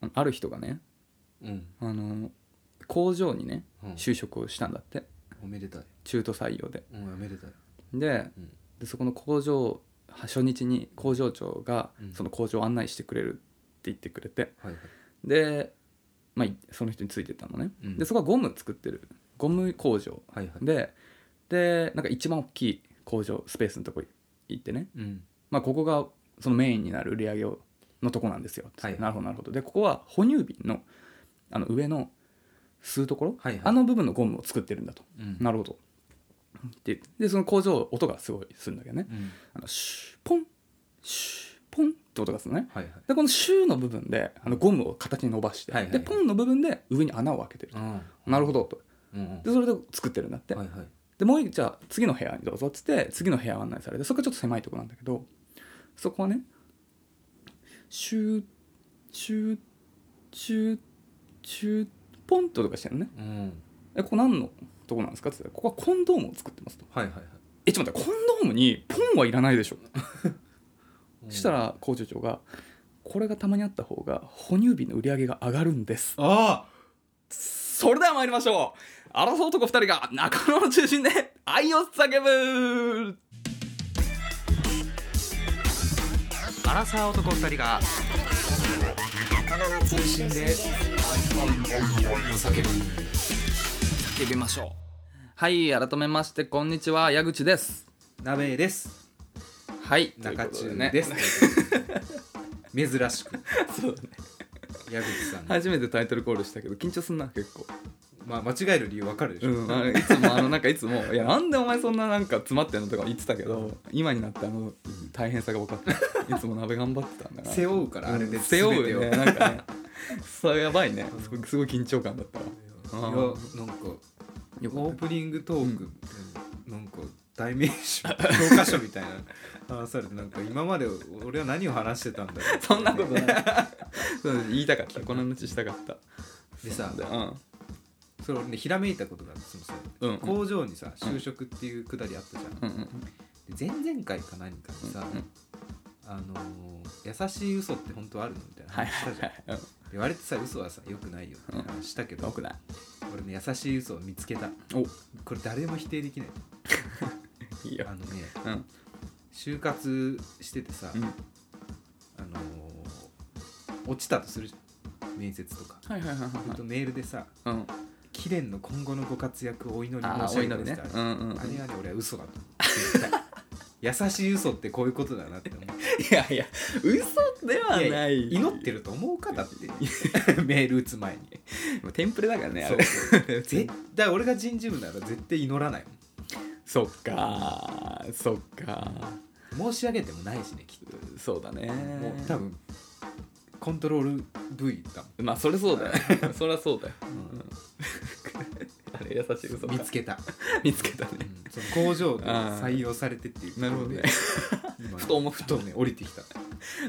あある人がねうん、あの工場にねうん、就職をしたんだっておめでたい、中途採用でうん、おめでたい、でうんでそこの工場初日に工場長がうんその工場を案内してくれるって言ってくれてはいはい、で、まあ、いその人についてったのね、うんでそこはゴム作ってるゴム工場はいはい、ででなんか一番大きい工場スペースのとこ行ってね、うん、まあ、ここがそのメインになる売り上げをのとこなんですよ、はいなるほどなるほどでここは哺乳瓶のあの上の吸うところ、はいはいあの部分のゴムを作ってるんだと、うん、なるほどって言ってでその工場音がすごいするんだけどね、うん、あのシューポンシューポンって音がするのねはいはい、でこのシューの部分であのゴムを形に伸ばして、はいはいはいでポンの部分で上に穴を開けてると、あなるほどとあ、うん、でそれで作ってるんだって、はいはい、でもう一じゃあ次の部屋にどうぞっつって次の部屋を案内されてそこがちょっと狭いとこなんだけどそこはねシューシューシューシューポンって音がしてるのねうん、えここ何のとこなんですかっつってここはコンドームを作ってますとはいはいはい、えちょっと待ってコンドームにポンはいらないでしょうんした、ら工場長がこれがたまにあった方が哺乳瓶の売り上げが上がるんですああ、それでは参りましょう争う男2人が仲間の中心で愛を叫ぶアラサー男二人が中心で叫ぶ。叫びましょうはい改めましてこんにちは矢口です鍋です。はい中ということ中ねです珍しく そうだね矢口さんの、初めてタイトルコールしたけど緊張すんな結構まあ間違える理由わかるでしょ。うんあのいつもあのなんかいつも「いやなんでお前そんななんか詰まってんの?」とか言ってたけど今になってあの大変さが分かったいつも鍋頑張ってたんだな 背負うからあれでうん背負う全よてをねなんかね それやばいねすごいすごい緊張感だったわいやなんかよかオっーたプニングトーク、なんか代名詞教科書みたいな話されてなんか今まで俺は何を話してたんだろうそんなことない そう言いたかったこの話したかったでそうさなんだよそれ俺ねひらめいたことがあってそのさ、うんうん工場にさ就職っていうくだりあったじゃん、うんうんうんで前々回か何かにさ、うんうんあのー優しい嘘って本当あるのみたいなはい話しはたいじゃん、はいうん言われてさ嘘はさよくないよって話したけど、よくない俺ね優しい嘘を見つけたおこれ誰も否定できないいいよあのねうん就活しててさ、うんあのー落ちたとするじゃん面接とか、はいはいはいはいほんとメールでさうん「貴殿の今後のご活躍をお祈りあ申あしお上げ祈まりねす」ってあるうじゃんんうんうんあれはね俺は嘘だと思う絶対優しい嘘ってこういうことだなって思 ういやいや嘘ではないやや祈ってると思うかだって メール打つ前にもうテンプレだからねあそうれ 絶対俺が人事部なら絶対祈らないもんそっかそっか申し上げてもないしねきっそうだねともう多分コントロール V だもんまあそれそうだよそりゃそうだよあれ優しい嘘だ見つけた、見つけたうねんその工場で採用されてっていうなるほどね今ふと思ったふとね降りてきた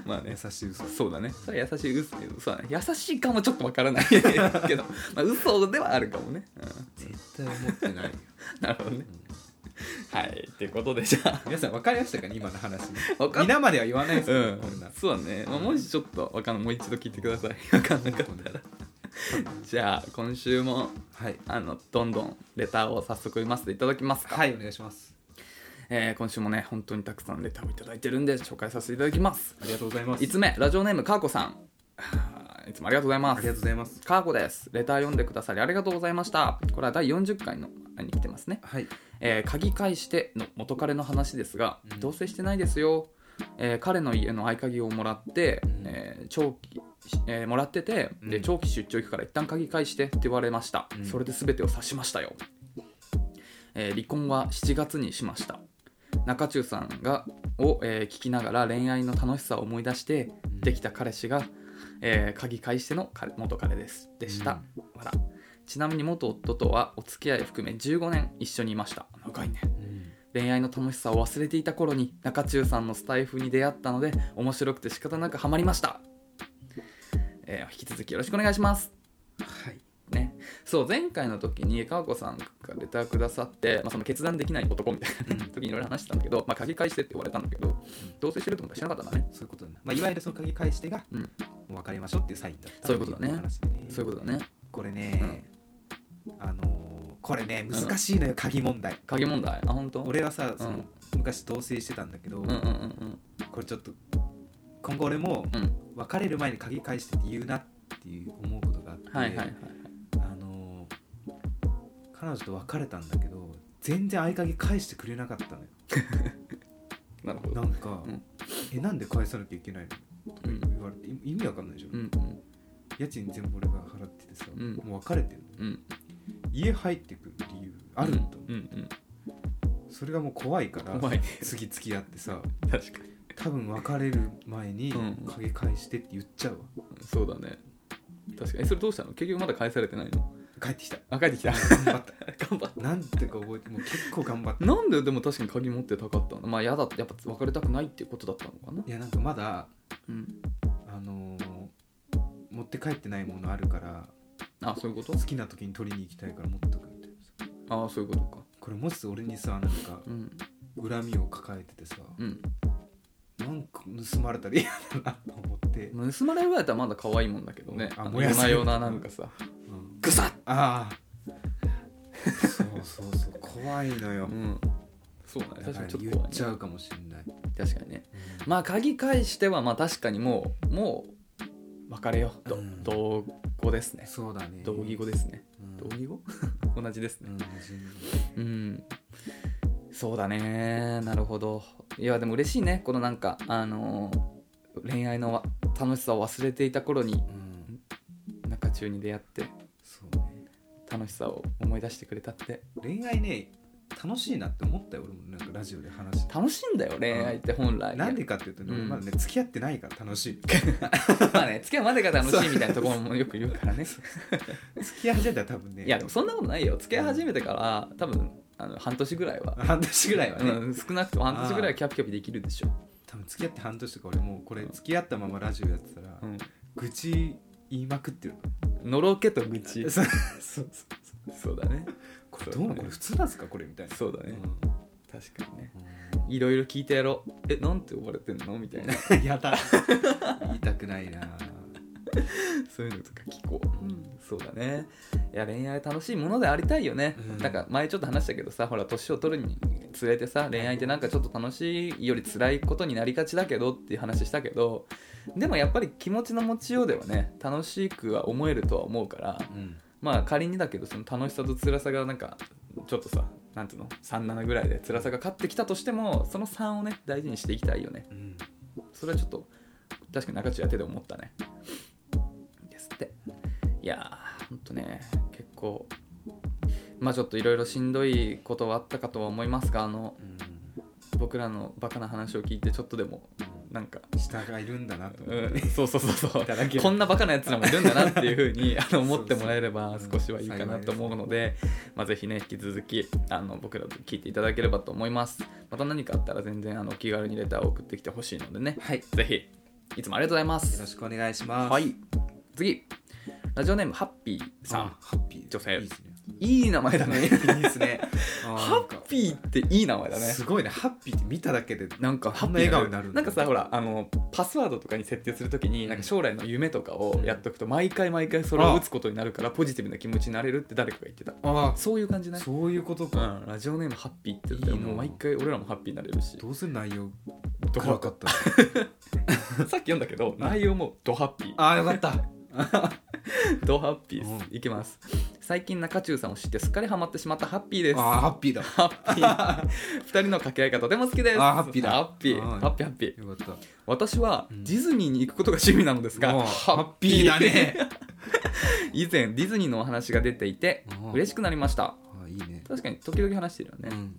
まあね優しい嘘そうだねそれは優しい嘘そうだね優しいかもちょっとわからないけどまあ嘘ではあるかもねうん絶対思ってないよ、なるほどねうんはいってことでじゃあ皆さん分かりましたかね今 の話わかっ皆までは言わないですう、よ、こんなんそうだね、まあ、もしちょっとわかんないもう一度聞いてください 分かんなかったらじゃあ今週もはいあのどんどんレターを早速読ませていただきますか、はいお願いしますえー今週もね本当にたくさんレターをいただいてるんで紹介させていただきますありがとうございます5つ目ラジオネームかーこさん はーいつもありがとうございあまりがとすうございますかーこですレター読んでくださりありがとうございましたこれは第40回のあに来てますねはいえー鍵返しての元彼の話ですが、うん同棲してないですよ、えー彼の家の合鍵をもらって、うんえー長期、えーもらってて、うでん長期出張行くから一旦鍵返してって言われました、うんそれで全てを指しましたよ、えー離婚は7月にしました中中さんがを、えー聞きながら恋愛の楽しさを思い出してうんできた彼氏が、えー鍵返しての彼元彼ですでした、笑ちなみに元夫とはお付き合い含め15年一緒にいました長いね恋愛の楽しさを忘れていた頃に中中さんのスタイフに出会ったので面白くて仕方なくハマりました、えー引き続きよろしくお願いしますはいね、そう前回の時に川子さんがレターくださって、まあ、その決断できない男みたいな時にいろいろ話してたんだけど、まあ、鍵返してって言われたんだけど同棲してると思ったらしなかったんだねそういうことだね、まあ、いわゆるその鍵返してが、うん別れましょうっていうサインだったそういうことだねって話でそういうことだねこれね、あのーこれね難しいのよ、鍵問題影問題あ本当俺はさんその、昔同棲してたんだけど、うんうんうんこれちょっと今後俺もうんうん別れる前に鍵返してって言うなっていう思うことがあって、はいはいはいあのー彼女と別れたんだけど全然合鍵返してくれなかったのよなるほなどんか、うんえなんで返さなきゃいけないの?」とかうん言われて、い意味わかんないでしょ、うんうん家賃全部俺が払っててさ、うんもう別れてるのうん家入ってくる理由あるんだ、うんうんそれがもう怖いから怖いね次付き合ってさ確かに多分別れる前にうん鍵返してって言っちゃうわそうだね確かにえそれどうしたの結局まだ返されてないの帰ってきたあ帰ってきた頑張った頑張っなんてか覚えてもう結構頑張ったたなんででも確かに鍵持ってたかったのまあやだやっぱ別れたくないっていうことだったのかないやなんかまだうんあのー持って帰ってないものあるからあそういうこと好きな時に取りに行きたいから持っとくみたいなさああそういうことかこれもし俺にさなんかうん恨みを抱えててさうんなんか盗まれたら嫌だなと思って、まあ盗まれるぐらいだったらまだ可愛いもんだけどねああの燃や夜せなる夜ななんかさうんグサッああそうそうそう怖いのよ、うんそうだね確だかからにちょっと言怖っい、ねち、ゃうかもしれない、確かにねまあ鍵返してはまあ確かにもうもう別れよう、どうん同語ですねそうだね同義語ですねうん同義語 同じですねうんうんそうだねなるほどいやでも嬉しいねこのなんかあのー恋愛のわ楽しさを忘れていた頃にうん中中に出会ってそうね楽しさを思い出してくれたって恋愛ね楽しいなって思ったよ俺もなんかラジオで話して楽しいんだよ恋愛って本来なんでかっていうとね、うん俺まだね付き合ってないから 楽しいまあね付き合うまでが楽しいみたいなところもよく言うからね付き合い始めたら多分ねいやでもそんなことないよ付き合い始めてから多分あの半年ぐらいは、半年ぐらいはね、うん、少なくとも半年ぐらいはキャピキャピできるでしょ、多分付き合って半年とか俺もうこれ付き合ったままラジオやってたら、うん、愚痴言いまくってるのろけと愚痴 そうそうそうそうだねこれどうなのこれ普通なんですかこれみたいなそうだねう確かにねんいろいろ聞いてやろうえなんて呼ばれてんのみたいなやだ言いたくないなそういうのとか聞こう、そうだねいや恋愛楽しいものでありたいよね、うんなんか前ちょっと話したけどさほら年を取るにつれてさ恋愛ってなんかちょっと楽しいより辛いことになりがちだけどっていう話したけどでもやっぱり気持ちの持ちようではね楽しくは思えるとは思うからうんまあ仮にだけどその楽しさと辛さがなんかちょっとさなんていうの37ぐらいで辛さが勝ってきたとしてもその3をね大事にしていきたいよねうんそれはちょっと確かに中中やってて思ったねですっていやーほんとね結構まあちょっといろいろしんどいことはあったかとは思いますがあの僕らのバカな話を聞いてちょっとでもなんか、下がいるんだなとう思ってん、 そうそうそうそういただけるこんなバカなやつらもいるんだなっていうふう にあの思ってもらえればそうそ少うしはいいかなと思うので、まあ、ぜひね引き続きあの僕らと聞いていただければと思いますまた何かあったら全然あの気軽にレターを送ってきてほしいのでねはいぜひいつもありがとうございまよろすしくお願いしますはい次ラジオネームハッピーさんあハッピー女性いいですねいい名前だ いいねですねハッピーっていい名前だねすごいねハッピーって見ただけでなんかハこッんピーな笑顔になるんなだんかさほらあのパスワードとかに設定するときになんか将来の夢とかをやっとくと毎回毎回それを打つことになるからポジティブな気持ちになれるって誰かが言ってたあそういう感じないそういうことうかん、ラジオネームハッピーって言ったらいいなもう毎回俺らもハッピーになれるしどうせ内容ド暗かったさっき読んだけど内容もドハッピーあーよかったドハッピーですういきます最近中中さんを知ってすっかりハマってしまったハッピーですあーハッピーだハッピー 二人の掛け合いがとても好きですあーハッピーだハッピーうんハッピーハッピーよかった私はうんディズニーに行くことが趣味なのですが、もうハハッピーだね以前ディズニー のお話が出ていてうん嬉しくなりましたあーいいね確かに時々話してるようね、ん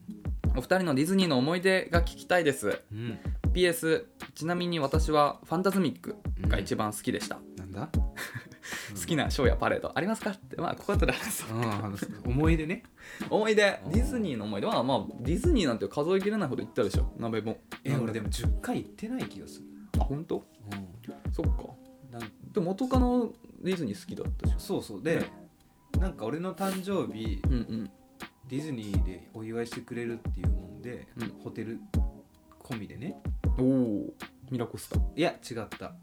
お二人のディズニーの思い出が聞きたいですうん PS ちなみに私はファンタズミックが一番好きでした、なん だ好きなショーやパレードありますかってまあここだったらうんあの思い出ね思い出うんディズニーの思い出はまあディズニーなんて数えきれないほど行ったでしょ鍋もえ俺でも10回行ってない気がするあ本当そっかなんでも元カノディズニー好きだったじそうそうでなんか俺の誕生日ゃんうんうんディズニーでお祝いしてくれるっていうもんで、うんホテル込みでねおおミラコスタいや違った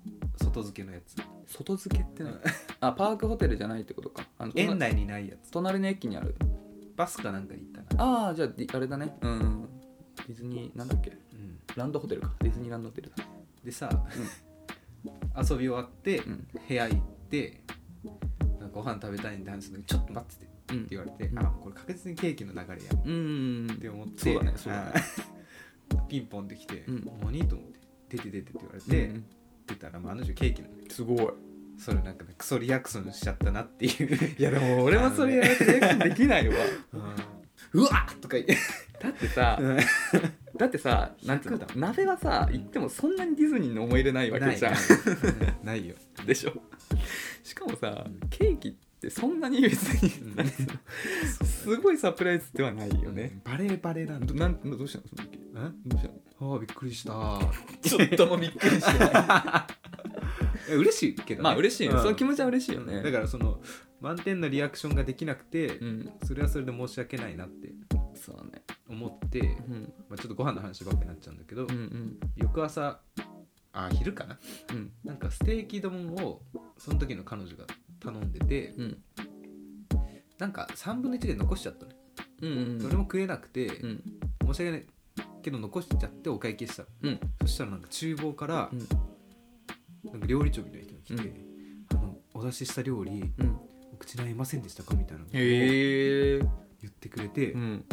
外付けのやつ外付けって何あパークホテルじゃないってことかあの隣園内にないやつ隣の駅にあるバスかなんかに行ったなああじゃあディあれだねうんディズニーなんだっけうんランドホテルかディズニーランドホテルだでさ、遊び終わって、うん部屋行ってなんかご飯食べたいんで話すのにちょっと待っててってうん言われて、うんあこれ確実にケーキの流れやうーんって思ってそうだねそうだねあピンポンできて「うん何?」と思って「出て出て」って言われて、うん出たら、まあ、あの人ケーキなのよすごいそれなんかねクソリアクションしちゃったなっていういやでも俺もそれ やられてリアクションできないわうわっとか言ってだってさだってさなんていうの100だ鍋はさ行ってもそんなにディズニーの思い入れないわなけいじゃんないないよでしょしかもさケーキってそんなに別うにんなんていうのすごいサプライズではないよねバレバレなんだどなんどうしたのその時んどうしたのああびっくりしたちょっともびっくりしてないえ嬉しいけど、ね、まあ嬉しいよね、うんその気持ちは嬉しいよね、だからその満点のリアクションができなくて、うんそれはそれで申し訳ないなってそうだね、思って、うん、まあ、ちょっとご飯の話ばっかになっちゃうんだけど、うんうん翌朝あ昼かなうんなんかステーキ丼をその時の彼女が頼んでてうんなんか3分の1で残しちゃったの、うんうんそれも食えなくて、うん申し訳ないけど残しちゃってお会計したのうんそしたらなんか厨房からうんなんか料理長みたいな人が来て、うあのお出しした料理うんお口に合いませんでしたかみたいなのを言へえってくれて、うん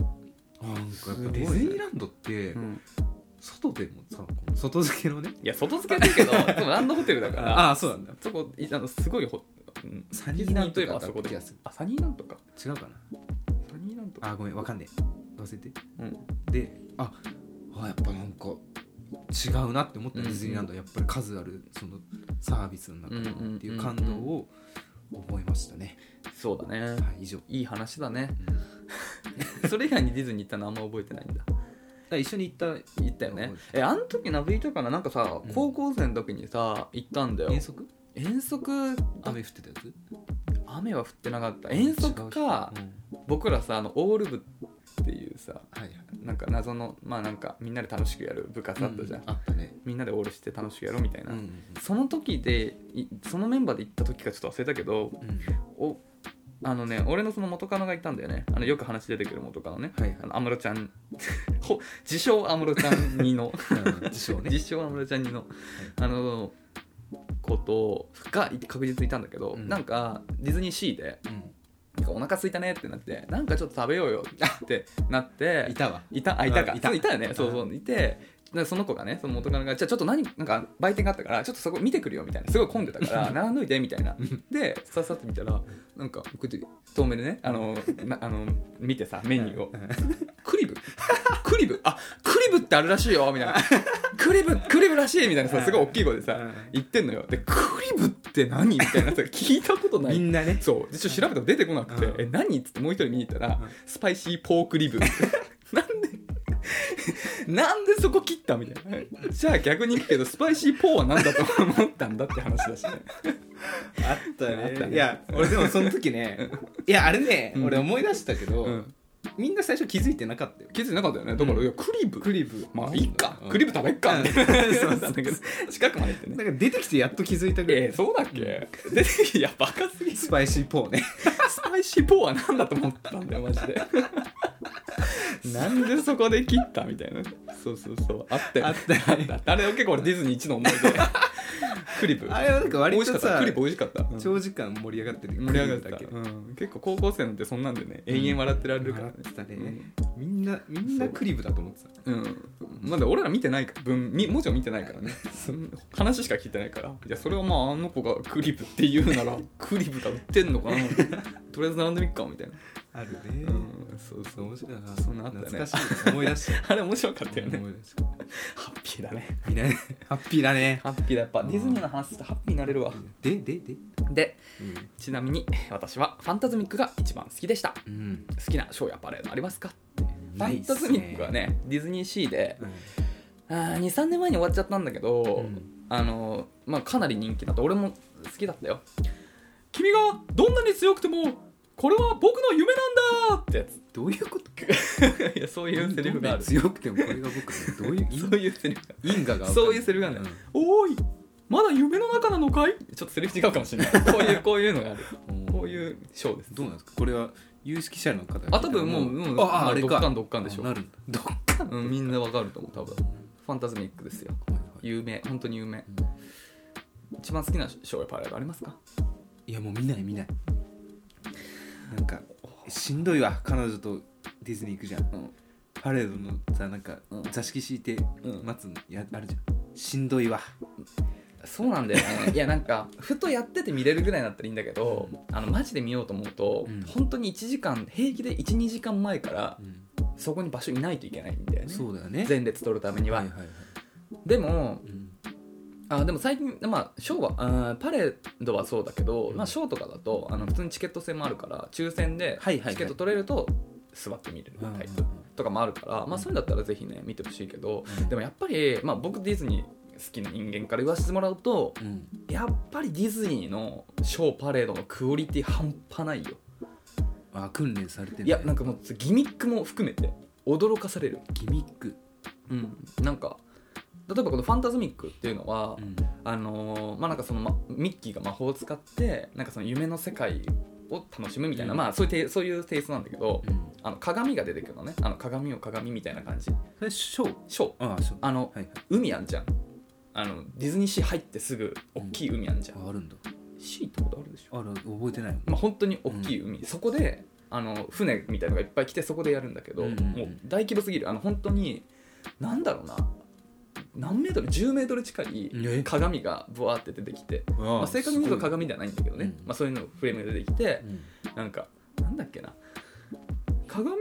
あなんかやっすごいねぱディズニーランドって、うん外でもさこの外付けのねいや外付けだけどでもランドホテルだからああそうなんだそこいあのすごいほ、うん、サニーランディズニドーといえとばかあだそったこ気でがするあサニーランドか違うかなサニーランドあーごめんわかんねえ忘れてうんでああやっぱなんか違うなって思ったうんディズニーランドはやっぱり数あるそのサービスの中でっていう感動を思いましたね、そうだねはい以上、いい話だねそれ以外にディズニー行ったのあんま覚えてないんだあ一緒に行った行ったよねえあの時ナビいたかななんかさうん高校生の時にさ行ったんだよ遠足遠足雨降ってたやつ雨は降ってなかった遠足か違う日僕らさあのオール部っていうさうんはいはいなんか謎のまあなんかみんなで楽しくやる部活あったじゃん、うんあったね、みんなでオールして楽しくやろうみたいな、うんその時でいそのメンバーで行った時かちょっと忘れたけどうんうんおあのね俺のその元カノがいたんだよねあのよく話出てくる元カノねはいはいあの安室ちゃん ほ自称安室ちゃんにのうん 自称ね自称安室ちゃんにのあの子とが確実にいたんだけど、うんなんかディズニーシーでうんなんかお腹空いたねってなってなんかちょっと食べようよってなっていたわいたあいたかうんいいたたいたよねそうそういてでその子がねその元カノがじゃあちょっと何なんか売店があったからちょっとそこ見てくるよみたいなすごい混んでた から並んどいてみたいなでさっさと見たらなんかこうやって遠目でねあのなあの見てさメニューをクリブクリブあクリブってあるらしいよみ たいなクリブクリブらしいみたいなさすごい大きい声でさうん言ってんのよでクリブって何みたいなさ聞いたことなみいんなねそうでちょっと調べたら出てこなくて「うんえ何?」っつってもう一人見に行ったら「うんスパイシーポークリブ」 なんでなんでそこ切ったみたいなじゃあ逆に言うけどスパイシーポーは何だと思ったんだって話 だしねあったねあったねいや俺でもその時 ねいやあれね、うん俺思い出したけど、うんみんな最初気づいてなかったよ気づいてなかったよねだから、うんいやクリブクリブまあいいか、うんクリブ食べっかみたいな、うんそうなんだけど近くまで行ってだかねら出てきてやっと気づいたぐらい、えー、そうだっけ、でいやバカすぎるスパイシーポーねスパイシーポーは何だと思ったんだよマジでなんでそこで切ったみたいなそうそうそうあったよ あったあったあれは結構俺ディズニー一の思い出クリブあれはなんか割美味しかとったさクリブ美味しかった、うん長時間盛り上がってる盛り上がったクリブだうん結構高校生なんてそんなんでね永遠笑ってられけるから笑ねってたね、みんなみんなクリブだと思ってたうん、うんまだ俺ら見てないから文み文字を見てないからねそん話しか聞いてないからいやそれはまああの子がクリブって言うならクリブが売ってんのかなとりあえず並んでみっかみたいな、あるねうん、そうそう面白いなそんなあったね懐かしい思い出しあれ面白かったたよね。思い出したハッピーだね。みんな ねハッピーだねハッピーだ。やっぱディズニーの話すとハッピーになれるわ。でででで、うん、ちなみに私はファンタズミックが一番好きでした。うん、好きなショーやパレードありますかフなァいンっすタズミックは、ね、ディズニーシーで、うんあー2、3年前に終わっちゃったんだけど、うんあの、まあ、かなり人気だった。俺も好きだったよ。君がどんなに強くても、これは僕の夢なんだってやつ。どうい うこといや、そういうセリフがある。強くてもこれが僕のどうい うそういうセリフが因果が分かんないそういうセリフがあるんだよおーいまだ夢の中なのかいちょっとセリフ違うかもしれないこういうこういうのがあるこういうショーですどうなんですかこれは有識者の方があ多分もうもうあああれかドッカンドッカンでしょあなるんだどっかうんみんなわかると思う多分ファンタズミックですよ有名本当に有名一番好きなショーやパレードありますかいやもう見ない見ないなんかしんどいわ彼女とディズニー行くじゃんうんパレードのさなんかうん座敷敷いてうん待つのやあるじゃんしんどいわそうなんだよ ねいやなんかふとやってて見れるぐらいだったらいいんだけどあのマジで見ようと思うと、うん本当に1時間平気で12時間前からうんそこに場所いないといけないんだよねそうだよね前列取るためには、はいはいはいでもうんあでも最近、まあ、ショーはあーパレードはそうだけど、うんまあ、ショーとかだとあの普通にチケット制もあるから抽選ではいはいはいチケット取れると座って見れるタイプとかもあるから、まあ、そういうんだったらぜひね見てほしいけどうんでもやっぱり、まあ、僕ディズニー好きな人間から言わせてもらうとうんやっぱりディズニーのショーパレードのクオリティ半端ないよあ訓練されてるいやなんんかかもうギミックも含めて驚かされる、ギミックうん、なんか例えばこの「ファンタズミック」っていうのは、うんあのーまあなんかその、ま、ミッキーが魔法を使ってなんかその夢の世界を楽しむみたいな、うんまあそういうテイそういうテイストなんだけど、うんあの鏡が出てくるのねあの鏡を鏡みたいな感じそれショーショーああショーあの、はいはい海あんじゃんあのディズニーシー入ってすぐ大きい海あんじゃん、ああるんだシーってことあるでしょある覚えてないまあ、本当に大きい海、そこであの船みたいのがいっぱい来てそこでやるんだけど、うんうんうんもう大規模すぎるあの本当に何だろうな何メートル10メートル近えい鏡がブワーって出てきて、ままあ、正確に言うと鏡ではないんだけどね、うんまあ、そういうのフレームが出てきて、なんかなんだっけな鏡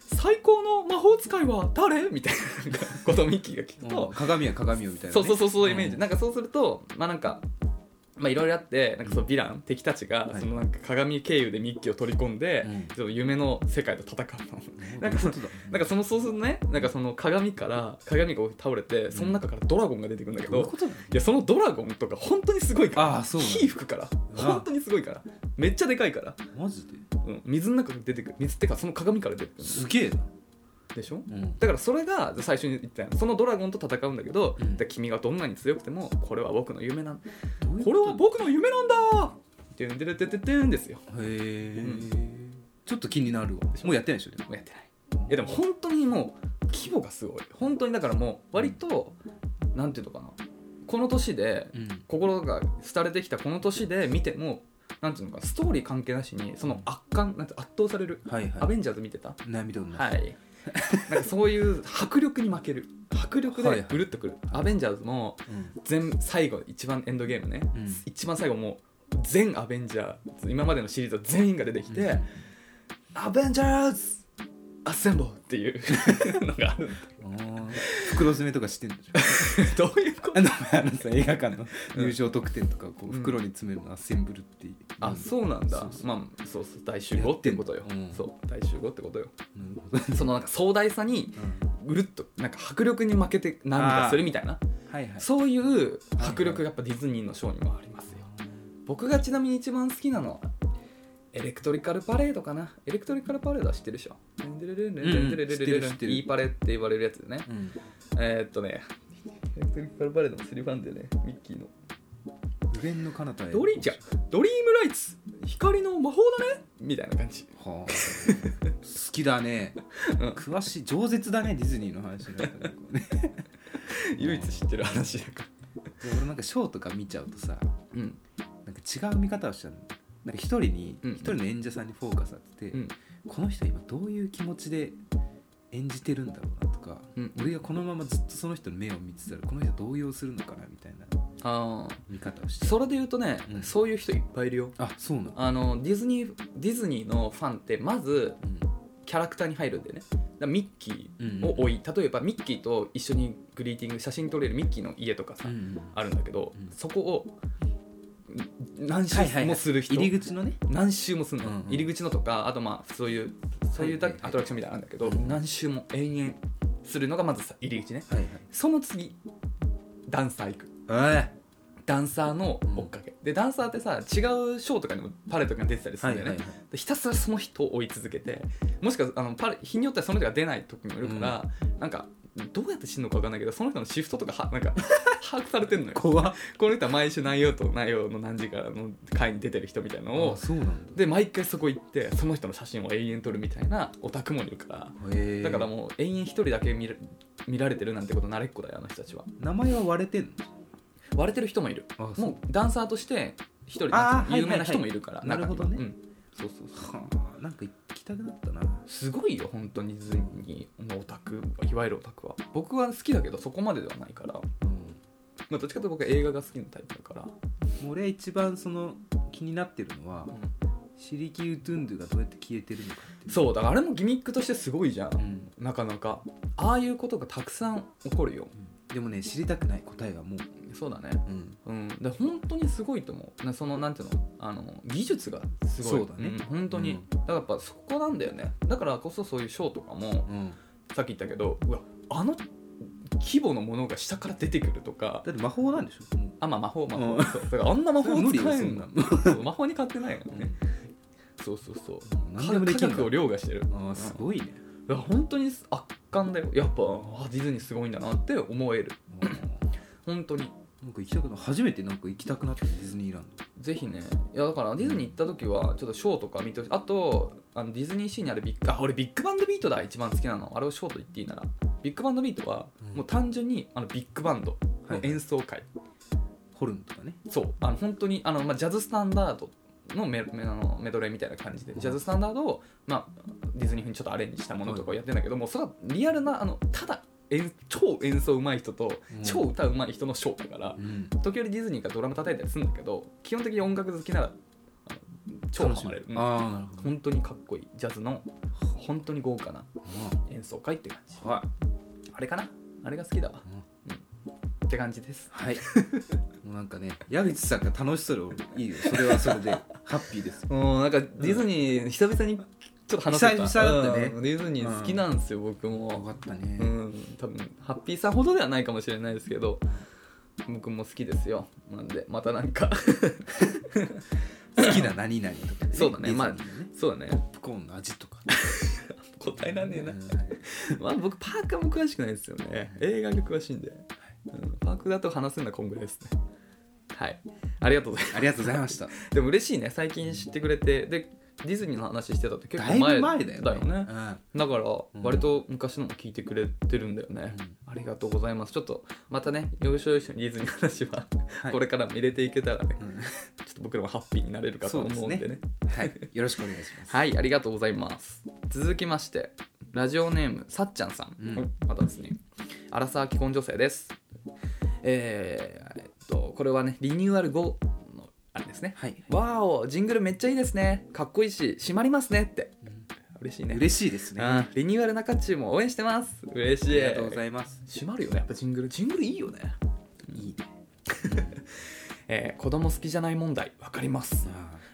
最高の魔法使いは誰みたいななんかことをミッキーが聞くと、鏡は鏡をみたいなねそうそうそうそういうイメージ、うんなんかそうするとまあなんかまあいろいろあってなんかそうヴィラン敵たちがはいそのなんか鏡経由でミッキーを取り込んで、うんその夢の世界と戦うのなんかそどういうことだなんかそのそうするとねなんかその鏡から鏡が倒れてその中からドラゴンが出てくるんだけどうど、いうことだいやそのドラゴンとか本当にすごいからああそうなんだ火吹くからわ本当にすごいからめっちゃでかいから、マジでうん、水の中から出てくる水ってかその鏡から出てくるすげえなでしょうんだからそれが最初に言ったやんそのドラゴンと戦うんだけど、うんで君がどんなに強くてもこれは僕の夢なんどういうこれはと僕の夢なんだってんでれてててんですよへえうちょっと気になるわもうやってないでしょでももうやってないいやでも本当にもう規模がすごい本当にだからもう割となんていうのかなこの年でうん心が廃れてきたこの年で見てもなんていうのかなストーリー関係なしにその圧巻なんて圧倒される、はいアはベいンジャーズ見てた涙を流すはい、なんかそういう迫力に負ける迫力はいではいうるっとくる、アベンジャーズもうん全最後一番エンドゲームね、うん一番最後もう全アベンジャーズ今までのシリーズは全員が出てきて「うんアベンジャーズアッセンボー!」っていう のがあるああ袋詰めとかしてんでしょどういうこ あとのあのさ映画館の入場特典とかこううん袋に詰めるのアッセンブルっていうあそうなんだそうそうまあそうそう大集合ってことよ、やってんのうんそう大集合ってことよ なるほどそのなんか壮大さにうるっとなんか迫力に負けて涙するみたいなはいはいそういう迫力がやっぱディズニーのショーにもありますよ僕がちなみに一番好きなのはエレクトリカルパレードかなエレクトリカルパレードは知ってるでしょデレレレレレレレレレレレ知ってる知ってるいいパレって言われるやつでねうんえーっとねエレクトリカルパレードもスリファンでねミッキーの無限の彼方へドリーちゃんドリームライツ光の魔法だねみたいな感じはあ好きだね うん詳しい饒舌だねディズニーの話なんかね唯一知ってる話だから俺なんかショーとか見ちゃうとさうんなんか違う見方をしちゃうのなんか一人にうん一人の演者さんにフォーカス当てうて、んこの人は今どういう気持ちで演じてるんだろうなとか、うん俺がこのままずっとその人の目を見てたらこの人は動揺するのかなみたいなああ見方をしてそれで言うとねうんそういう人いっぱいいるよあそうなのあのディズニーディズニーのファンってまずうんキャラクターに入るんでねだからミッキうんーを追い、例えばミッキーと一緒にグリーティング写真撮れるミッキーの家とかさ、うんあるんだけど、うんそこをん何はいはいは周いもする人、入り口のね何周もするの、うんうん入り口のとかあとまあそういうそういうだはいはいはいアトラクションみたいなのあるんだけど、何周も延々するのがまずさ入り口ねはいはいその次ダンサー行くあダンサーの追っかけ、でダンサーってさ違うショーとかにもパレードとかに出てたりすはるんいだはよいね、はいでひたすらその人を追い続けてもしかあのパレ日によってはその人が出ない時もいるから、なんかどうやって死ぬのか分かんないけどその人のシフトとかはなん か把握されてんのよ怖っこの人は毎週内容と内容の何時からの会に出てる人みたいなのあをそうなんだで毎回そこ行ってその人の写真を永遠撮るみたいなオタクもいるからへえだからもう永遠一人だけ見る見られてるなんてこと慣れっこだよあの人たちは名前は割れてんの割れてる人もいるあそうもうダンサーとして一人あー有名な人はいはいはいもいるからなるほどね中にはうんそうそうそうはあなんか行きたくなったなすごいよ本当にディズニーのオタクいわゆるオタクは僕は好きだけどそこまでではないから、うんまあ、どっちかというと僕は映画が好きなタイプだから、もう俺は一番その気になってるのはシリキ・ウトゥンドゥがどうやって消えてるのかっていうそうだからあれもギミックとしてすごいじゃん、んなかなかああいうことがたくさん起こるよでもね知りたくない答えがもう、そうだねううん、ん、で本当にすごいと思うなそのなんていうのあの技術がすごいそうだねん本当に、うんだからやっぱそこなんだよねだからこそそういうショーとかもうん、さっき言ったけどうわあの規模のものが下から出てくるとかだって魔法なんでしょもあまあ魔法魔法、うんそうだからあんな魔法無理よ使えんだそう魔法に勝ってないもんね、そうそうそう何でもでき科るんだ学を凌駕してるうああすごいね、いや本当に圧巻だよやっぱあディズニーすごいんだなって思えるうん本当になんか行きたくな初めてなんか行きたくなったディズニーランぜひねいやだからディズニー行った時はちょっとショーとか見てほしいあとあのディズニーシーにあるビッグあ俺ビッグバンドビートだ一番好きなのあれをショーと言っていいならビッグバンドビートはうんもう単純にあのビッグバンドの演奏会、ドホルンとかねそうあの本当にあの、まあ、ジャズスタンダードのメメあのメドレーみたいな感じでうんジャズスタンダードを、まあ、ディズニー風にちょっとアレンジしたものとかをやってんだけどもうそれはリアルなあのただ演超演奏うまい人とうん超歌うまい人のショーだから、うん時折ディズニーがドラム叩いたりするんだけど基本的に音楽好きならあの超楽ハしマめれるる、ああなるうんほど本当にかっこいいジャズの本当に豪華な演奏会って感じはいあれかなあれが好きだわ、うんって感じです はいもうなんかね矢口さんが楽しそうでいいよそれはそれでハッピーですうんなんかディズニー、久々にちょっと話せた久々だったねうんディズニー好きなんですよ、僕分かもったうね、ん多分ハッピーさんほどではないかもしれないですけど僕も好きですよなんでまたなんか 好きな何々とかねそうだねディズまあニーのそうだねポップコーンの味とか答えらんねえな、うんまあ僕パーカーも詳しくないですよね映画が詳しいんで、うん、パークだと話せるのはこんぐらいですねはいありがとうございまありがとうございましたすでも嬉しいね最近知ってくれてでディズニーの話してたって結だ構い前ぶ前だよねうんだからん割と昔のも聞いてくれてるんだよね、ありがとうございますちょっとまたね要所要所にディズニーの話は、はいこれからも入れていけたらねうんちょっと僕らもハッピーになれるかと思うんでそうねではいよろしくお願いしますはい、ありがとうございます。続きまして、ラジオネーム、さっちゃんさん。うんまたですね、アラサー既婚女性です。えーえっと、これはね、リニューアル後のあれですね。はいわーお、ジングルめっちゃいいですね。かっこいいし、締まりますねって。嬉しいね。嬉しいですねうんリニューアル中中も応援してます。嬉あしい。りがとうございます締まるよね、やっぱジングル。ジングルいいよね。いいねえー子供好きじゃない問題、わかります。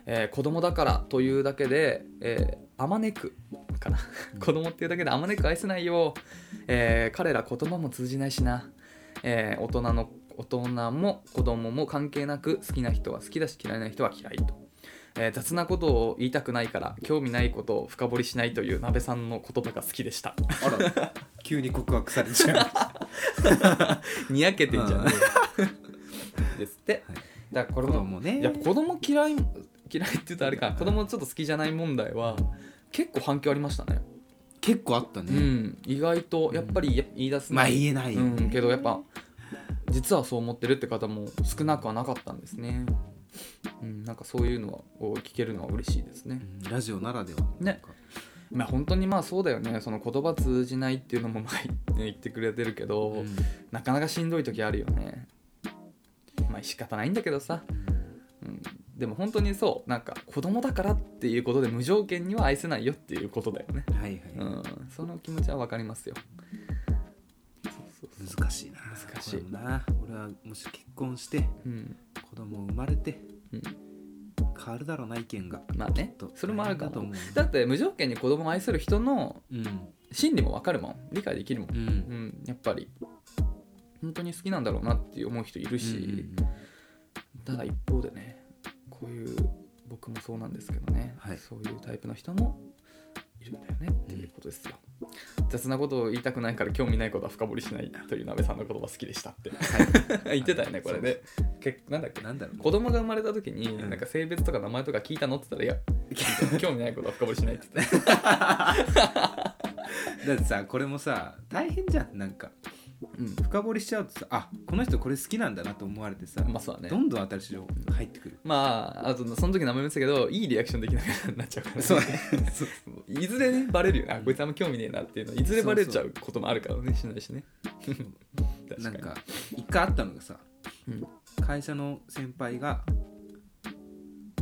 えー子供だからというだけで、えー、あまねくかな子供っていうだけであまねく愛せないよ、えー彼ら言葉も通じないしな、えー大人の大人も子供も関係なく好きな人は好きだし嫌いな人は嫌いと、えー雑なことを言いたくないから興味ないことを深掘りしないというなべさんの言葉が好きでした あら急に告白されちゃうにやけてんじゃないですって、はいだからこれ子も供ねいや子供嫌い嫌いって言うとあれか子供ちょっと好きじゃない問題は結構反響ありましたね結構あったうねん意外とやっぱりや言い出すのまあ言えないようねんけどやっぱ実はそう思ってるって方も少なくはなかったんですねうんなんかそういうのはを聞けるのは嬉しいですねうんラジオならではのなんかまあ本当にまあそうだよねその言葉通じないっていうのも前、ね、 言ってくれてるけど、うんなかなかしんどい時あるよねまあ仕方ないんだけどさうん、でも本当にそうなんか子供だからっていうことで無条件には愛せないよっていうことだよね、はいはうん、その気持ちは分かりますよそうそうい難しいな難しいこれもな俺はもし結婚してうん子供生まれてうん変わるだろうな意見がまあねちょっとそれもあるか大変だとも思うだって無条件に子供を愛する人のうん心理も分かるもん理解できるもんう、うんん、やっぱり本当に好きなんだろうなって思う人いるし、うんただ一方でねこういう僕もそうなんですけどね、はいそういうタイプの人もいるんだよねっていうことですよ、雑なことを言いたくないから興味ないことは深掘りしないという鍋さんの言葉好きでしたって 言ってたよねこれでけなんだっけなんだろう子供が生まれた時に、うんなんか性別とか名前とか聞いたのって言ったら 「いや興味ないことは深掘りしない」って言ってただってさこれもさ大変じゃんなんかうん深掘りしちゃうとさあこの人これ好きなんだなと思われてさ、まあそうだねどんどん新しい情報入ってくるまああとその時名前も言ってたけどいいリアクションできなくなっちゃう から、ね、そうねそういずれねバレるよねあこいつあんま興味ねえなっていうのいずれバレちゃうこともあるからねしない しね確なんか一回あったのがさうん会社の先輩が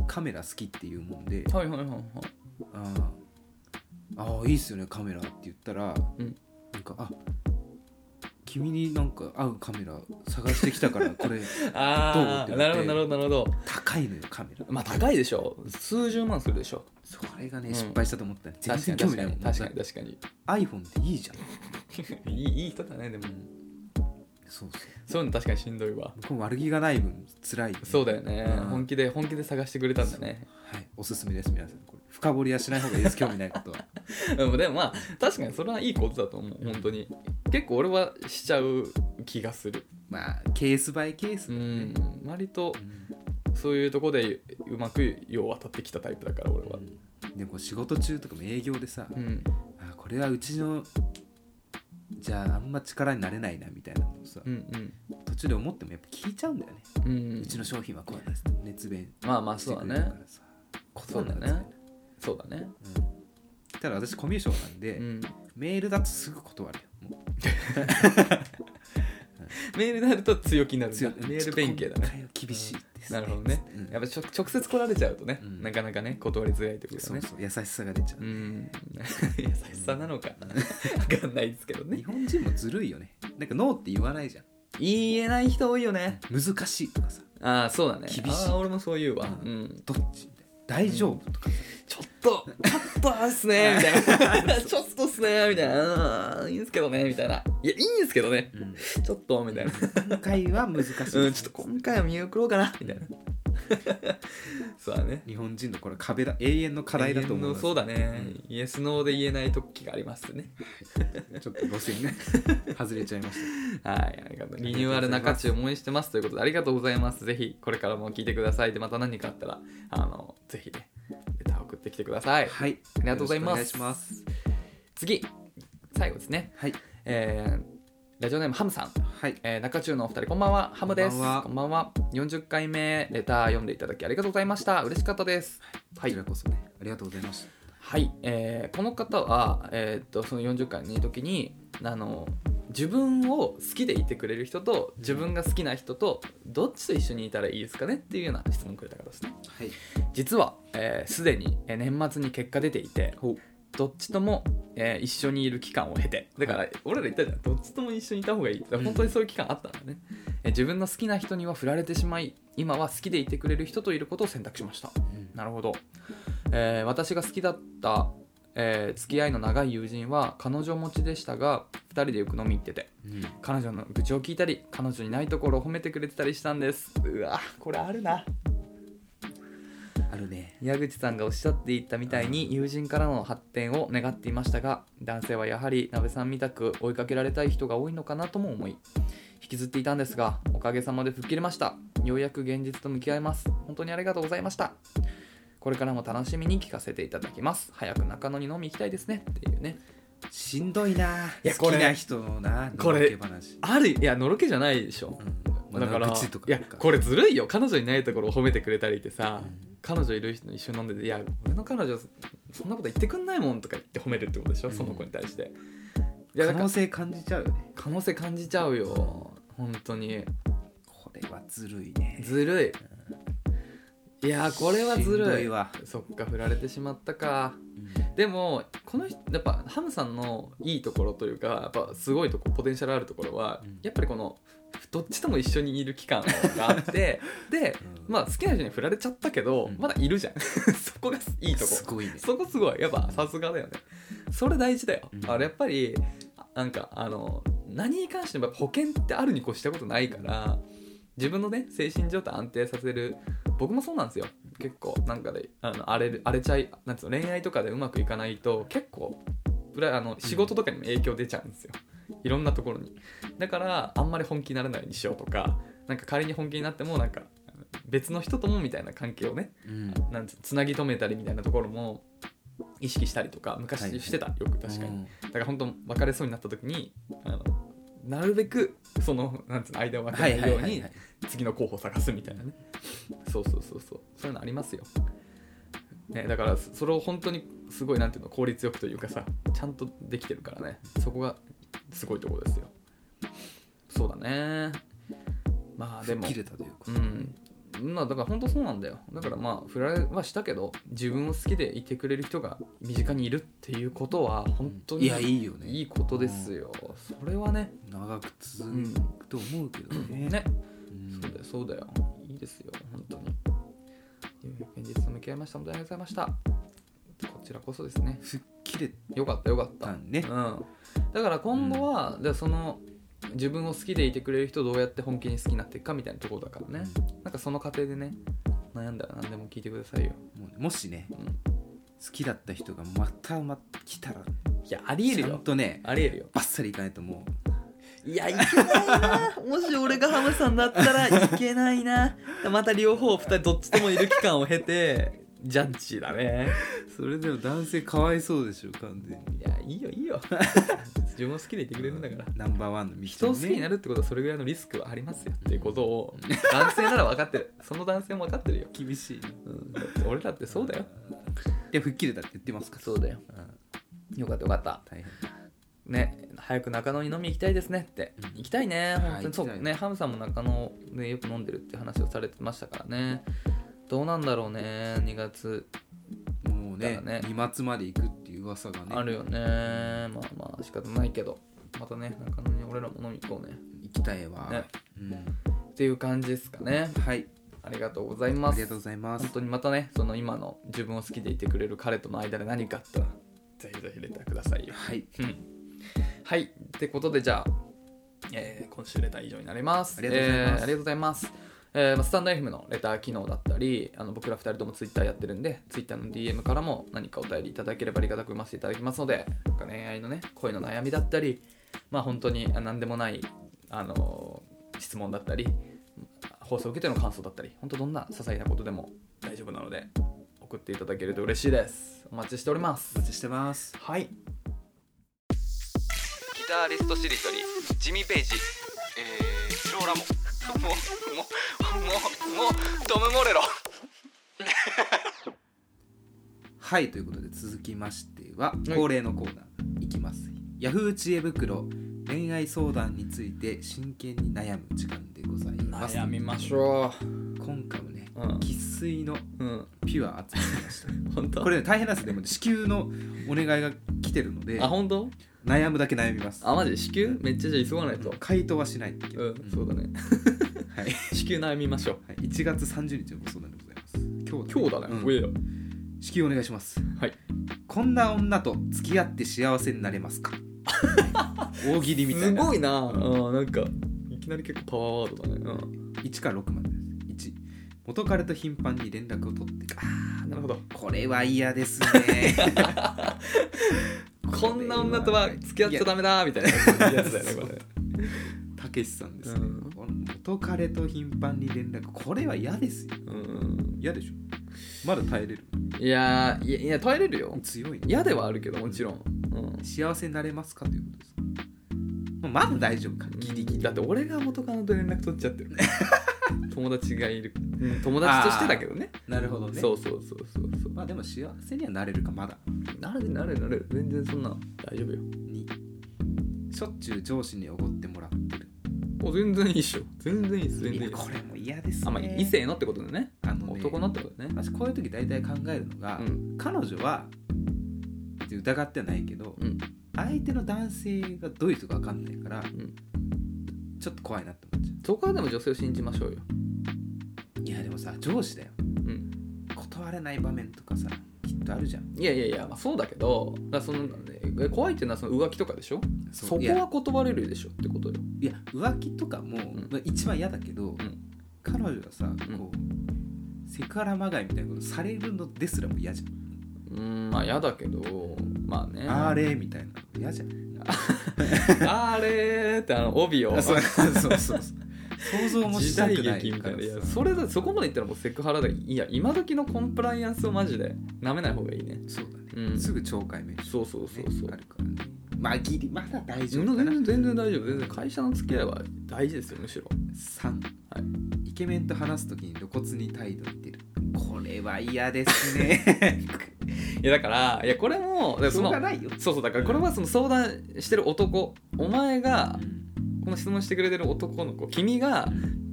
カメラ好きっていうもんではいはいはいはい「あーあーいいっすよねカメラ」って言ったら、うんなんか「あ君になんか合うカメラ探してきたから これあどあうなるほどなるほどなるほど高いのよカメラ」まあ高いでしょ数十万するでしょそれがね、うん失敗したと思ったね全確かに然興確味かないに確もんかに確かに iPhone っていいじゃん、いいいい人だねでもそうそうそういうの確かにしんどいわ向こう悪気がない分辛いよね、そうだよね、うん本気で本気で探してくれたんだねはいおすすめです皆さんこれ深掘りはしない方がいいです興味ないことは うんでもまあ確かにそれはいいことだと思う本当に結構俺はしちゃう気がするまあケースバイケースうだよねん、割とうんそういうとこでうまく世を渡ってきたタイプだから俺はでもこう仕事中とかも営業でさ、うんあこれはうちのじゃああんま力になれないなみたいなのをさ、うん途中で思ってもやっぱ聞いちゃうんだよね、うんううんちの商品はこうなんですって熱弁まあまあしそてうだくれるかねらさそうだねそうだね断るやつねうんただ私コミュ障なんで、うんメールだとすぐ断るよもメールになると強気になうるんだ強いメール弁慶だねちょっと今回は厳しいです、なるほどね、うんやっぱちょ直接来られちゃうとね、うんなかなかね断りづらいってことですそねうそう優しさが出ちゃう、うん優しさなのか分かんないですけどね日本人もずるいよねなんかノーって言わないじゃん言えない人多いよね難しいとかさああそうだね厳しいあー俺もそう言うわ、ううん、どっちみたいな大丈夫とかさ、ちょっとちょっとあれっすねみたいなちょっとっすねみたいなうんいいんですけどねみたいないやいいんですけどねうんちょっとみたいな今回は難しい、うん、ちょっと今回は見送ろうかなみたいなそうだね日本人のこれは壁だ永遠の課題だと思う永遠のそうだだね、イエスノーで言えない時がありますねちょっと路線が 外れちゃいましはいありがとうリニューアルな価値を応援してますということでありがとうございますぜひこれからも聞いてくださいでまた何かあったらあのぜひねレター送ってきてください、たはいありがとうございますお願いします次最後ですねはいえーラジオネームハムさんはいえー、中中のお二人こんばんはハムですこんばんはんは40回目レター読んでいただきありがとうございました嬉しかったですはこいちらこそねありがとうございましはい、えーこの方は、えーっとその40回の時にあの自分を好きでいてくれる人と自分が好きな人とどっちと一緒にいたらいいですかねっていうような質問をくれた方ですねたはい実はえーすで、にえー年末に結果出ていてほうどっちとも、えー一緒にいる期間を経てだから、は俺ら言ったじゃんどっちとも一緒にいた方がいいってうん本当にそういう期間あったんだね、えー自分の好きな人には振られてしまい今は好きでいてくれる人といることを選択しましたなるほど、えー私が好きだった、えー付き合いの長い友人は彼女持ちでしたが2人でよく飲み行っててうん彼女の愚痴を聞いたり彼女にないところを褒めてくれてたりしたんですうわこれあるなあるね矢口さんがおっしゃっていたみたいに友人からの発展を願っていましたが男性はやはり鍋さんみたく追いかけられたい人が多いのかなとも思い引きずっていたんですがおかげさまで吹っ切れましたようやく現実と向き合います本当にありがとうございましたこれからも楽しみに聞かせていただきます早く中野に飲み行きたいですねっていうねしんどいないいやこれ好きな人のなこれのろけ話あるいやのろけじゃないでしょうんだからまあ愚痴とかいやこれずるいよ彼女いないところを褒めてくれたりってさ、うん彼女いる人に一緒に飲んでて「いや俺の彼女そんなこと言ってくんないもん」とか言って褒めるってことでしょ、うんその子に対していやだ可から能性感じちゃうよね可能性感じちゃうよ本当にこれはずるいねずるいいやこれはずしんどるいいわそっか振られてしまったかうんでもこの人やっぱハムさんのいいところというかやっぱすごいとこポテンシャルあるところは、うんやっぱりこのどっちとも一緒にいる期間があってで、うんまあ好きな人に振られちゃったけど、うんまだいるじゃん そこがいいとこすごいねそこすごいやっぱさすがだよねそれ大事だよ、うんあれやっぱりあなんかあの何に関してもやっぱ保険ってあるに越したことないから自分のね精神状態安定させる僕もそうなんですよ結構なんかであの荒れる荒れちゃいなんつうの恋愛とかでうまくいかないと結構プラあの仕事とかにも影響出ちゃうんですよいろんなところにだからあんまり本気にならないようにしようとかなんか仮に本気になってもなんか別の人ともみたいな関係をねうんなんつつなぎ止めたりみたいなところも意識したりとか昔はいしてた、よく確かに、うんだから本当別れそうになった時にあのなるべくそのなんつうの間を分けはないいはいようはいにはい次の候補を探すみたいなねそうそうそうそうそういうのありますよ、ね、だからそそれを本当にすごいなんていうの効率よくというかさちゃんとできてるからねそこがすごいところですよそうだねまあでも切れたというかうんまあだから本当そうなんだよだからまあ振られはしたけど自分を好きでいてくれる人が身近にいるっていうことは本当にいやいいよねいいことですよ、それはね長く続くと思うけどね,、ねうんそうだよそうだよいいですよ本当に現実と向き合いました本当にありがとうございましたこちらこそですねすっきれよかったよかったたねうん、だから今度は、でその自分を好きでいてくれる人をどうやって本気に好きになっていくかみたいなところだからね、なんかその過程でね悩んだら何でも聞いてくださいよ、もうもしねうん、好きだった人がまたまた来たらいやありえちるゃんよとねありえるよバッサリいかないともういやいけないな もし俺がハムさんだったらいけないなまた両方2人どっちともいる期間を経て ジャッジだねそれでも男性かわいそうでしょ完全にいやいいよいいよ 自分を好きでいてくれるんだからナンバーワンの道、ね、人を好きになるってことはそれぐらいのリスクはありますよっていうことを男性なら分かってるその男性も分かってるよ、厳しいうん、だって俺だってそうだよいや吹っ切れたって言ってますからそうだようんよかったよかった大変ね早く中野に飲み行きたいですねって、うん行きたいね本はい当行にきたそいうねハムさんも中野でよく飲んでるって話をされてましたからねどうなんだろうね2月もうだかねらね二松まで行くっていう噂がねあるよねまあまあ仕方ないけどまたね中野に俺らも飲み行こうね行きたいわ、ねうんっていう感じですかねはいありがとうございあまりすがとうございます本当にまたねその今の自分を好きでいてくれる彼との間で何かあったらぜひぜひレターくださいよはいうんはいってことでじゃあ、えー今週レター以上になりますありがとうございえますーありがとうございますえーまあスタンド FM のレター機能だったりあの僕ら2人ともツイッターやってるんでツイッターの DM からも何かお便りいただければありがたく読ませていただきますのでなんか恋愛のね恋の悩みだったりまあ本当にあ何でもないあのー質問だったり放送を受けての感想だったり本当どんな些細なことでも大丈夫なので送っていただけると嬉しいですお待ちしておりますお待ちしてますはい。ギタリストしりとり、ジミー・ペイジ、えー、スローラモ、もう、もう、もう、もう、トム・モレロ。はいということで続きましては恒例のコーナーいきます、ヤフー知恵袋恋愛相談について真剣に悩む時間でございます悩みましょ今回もねう。うん。生粋のうん。ピュア集めて ました本当これね大変なんですよでも子宮のお願いが来てるのであ、本当悩むだけ悩みますあ、マジ子宮めっちゃじゃあ急がないと。回答はしないんだけうどん、そうだね。はいはい子宮悩みましょう。 1月30日のご相談でございます今日今日だね。うんおえよ。子宮お願いしますはい。こんな女と付き合って幸せになれま すか大喜利みたいすなごいな。うん、なんか、いきなり結構パワーワードだね。うん。 1から6までです1元彼と頻繁に連絡を取ってくあなるほど。これは嫌です ねこんな女とは付き合っちゃダメだみたいなやつだよね、これ。たけしさんですね、うんこの元彼と頻繁に連絡これは嫌ですようん。嫌でしょまだ耐えれるいやーいやいや耐えれるよ強いね嫌ではあるけどもちろん、うん、幸せになれますかということですまあまだ大丈夫かギリギリだって俺が元カノと連絡取っちゃってる ね友達がいる友達としてだけどねなるほどそうそうそうそうそうまあでも幸せにはなれるかまだなるなるなる全然そんな大丈夫よにしょっちゅう上司におごってもらってるお全然いいっしょ全然いいっす全然いいいやっすこれも嫌ですねあまあ異性のってことでねあのね男のってことね私こういう時大体考えるのが、うん彼女は別に疑ってはないけどうん相手の男性がどういう人か分かんないから、んちょっと怖いなって思っちゃそこはでも女性を信じましょうよういやでもさ上司だようん断れない場面とかさきっとあるじゃんいやいやいや、まあ、そうだけどだからそのえ怖いっていうのはその浮気とかでしょそこいやは断れるでしょってことよいや浮気とかも、んまあ、一番嫌だけど、ん彼女がさこう、セクハラまがいみたいなことされるのですらも嫌じゃんうんまあ嫌だけどまあねあれみたいなの嫌じゃんあれってあの帯をあそうそうそうそう想像もし時た代くない劇みたいないやからさそれだそこまで言ったらもうセクハラだいや今時のコンプライアンスをマジでなめない方がいいねそうだね、うんすぐ懲戒免職そうそうそうそうあるからねまあギリまだ大丈全夫かな然全然大丈夫全然会社の付き合いは大事ですよむしろ3、はイケメンと話す時に露骨に態度に出るこれは嫌ですねいやだからいやこれもだからし ょそうのがないよそうそうだからこれはその相談してる男お前がこの質問してくれてる男の子君が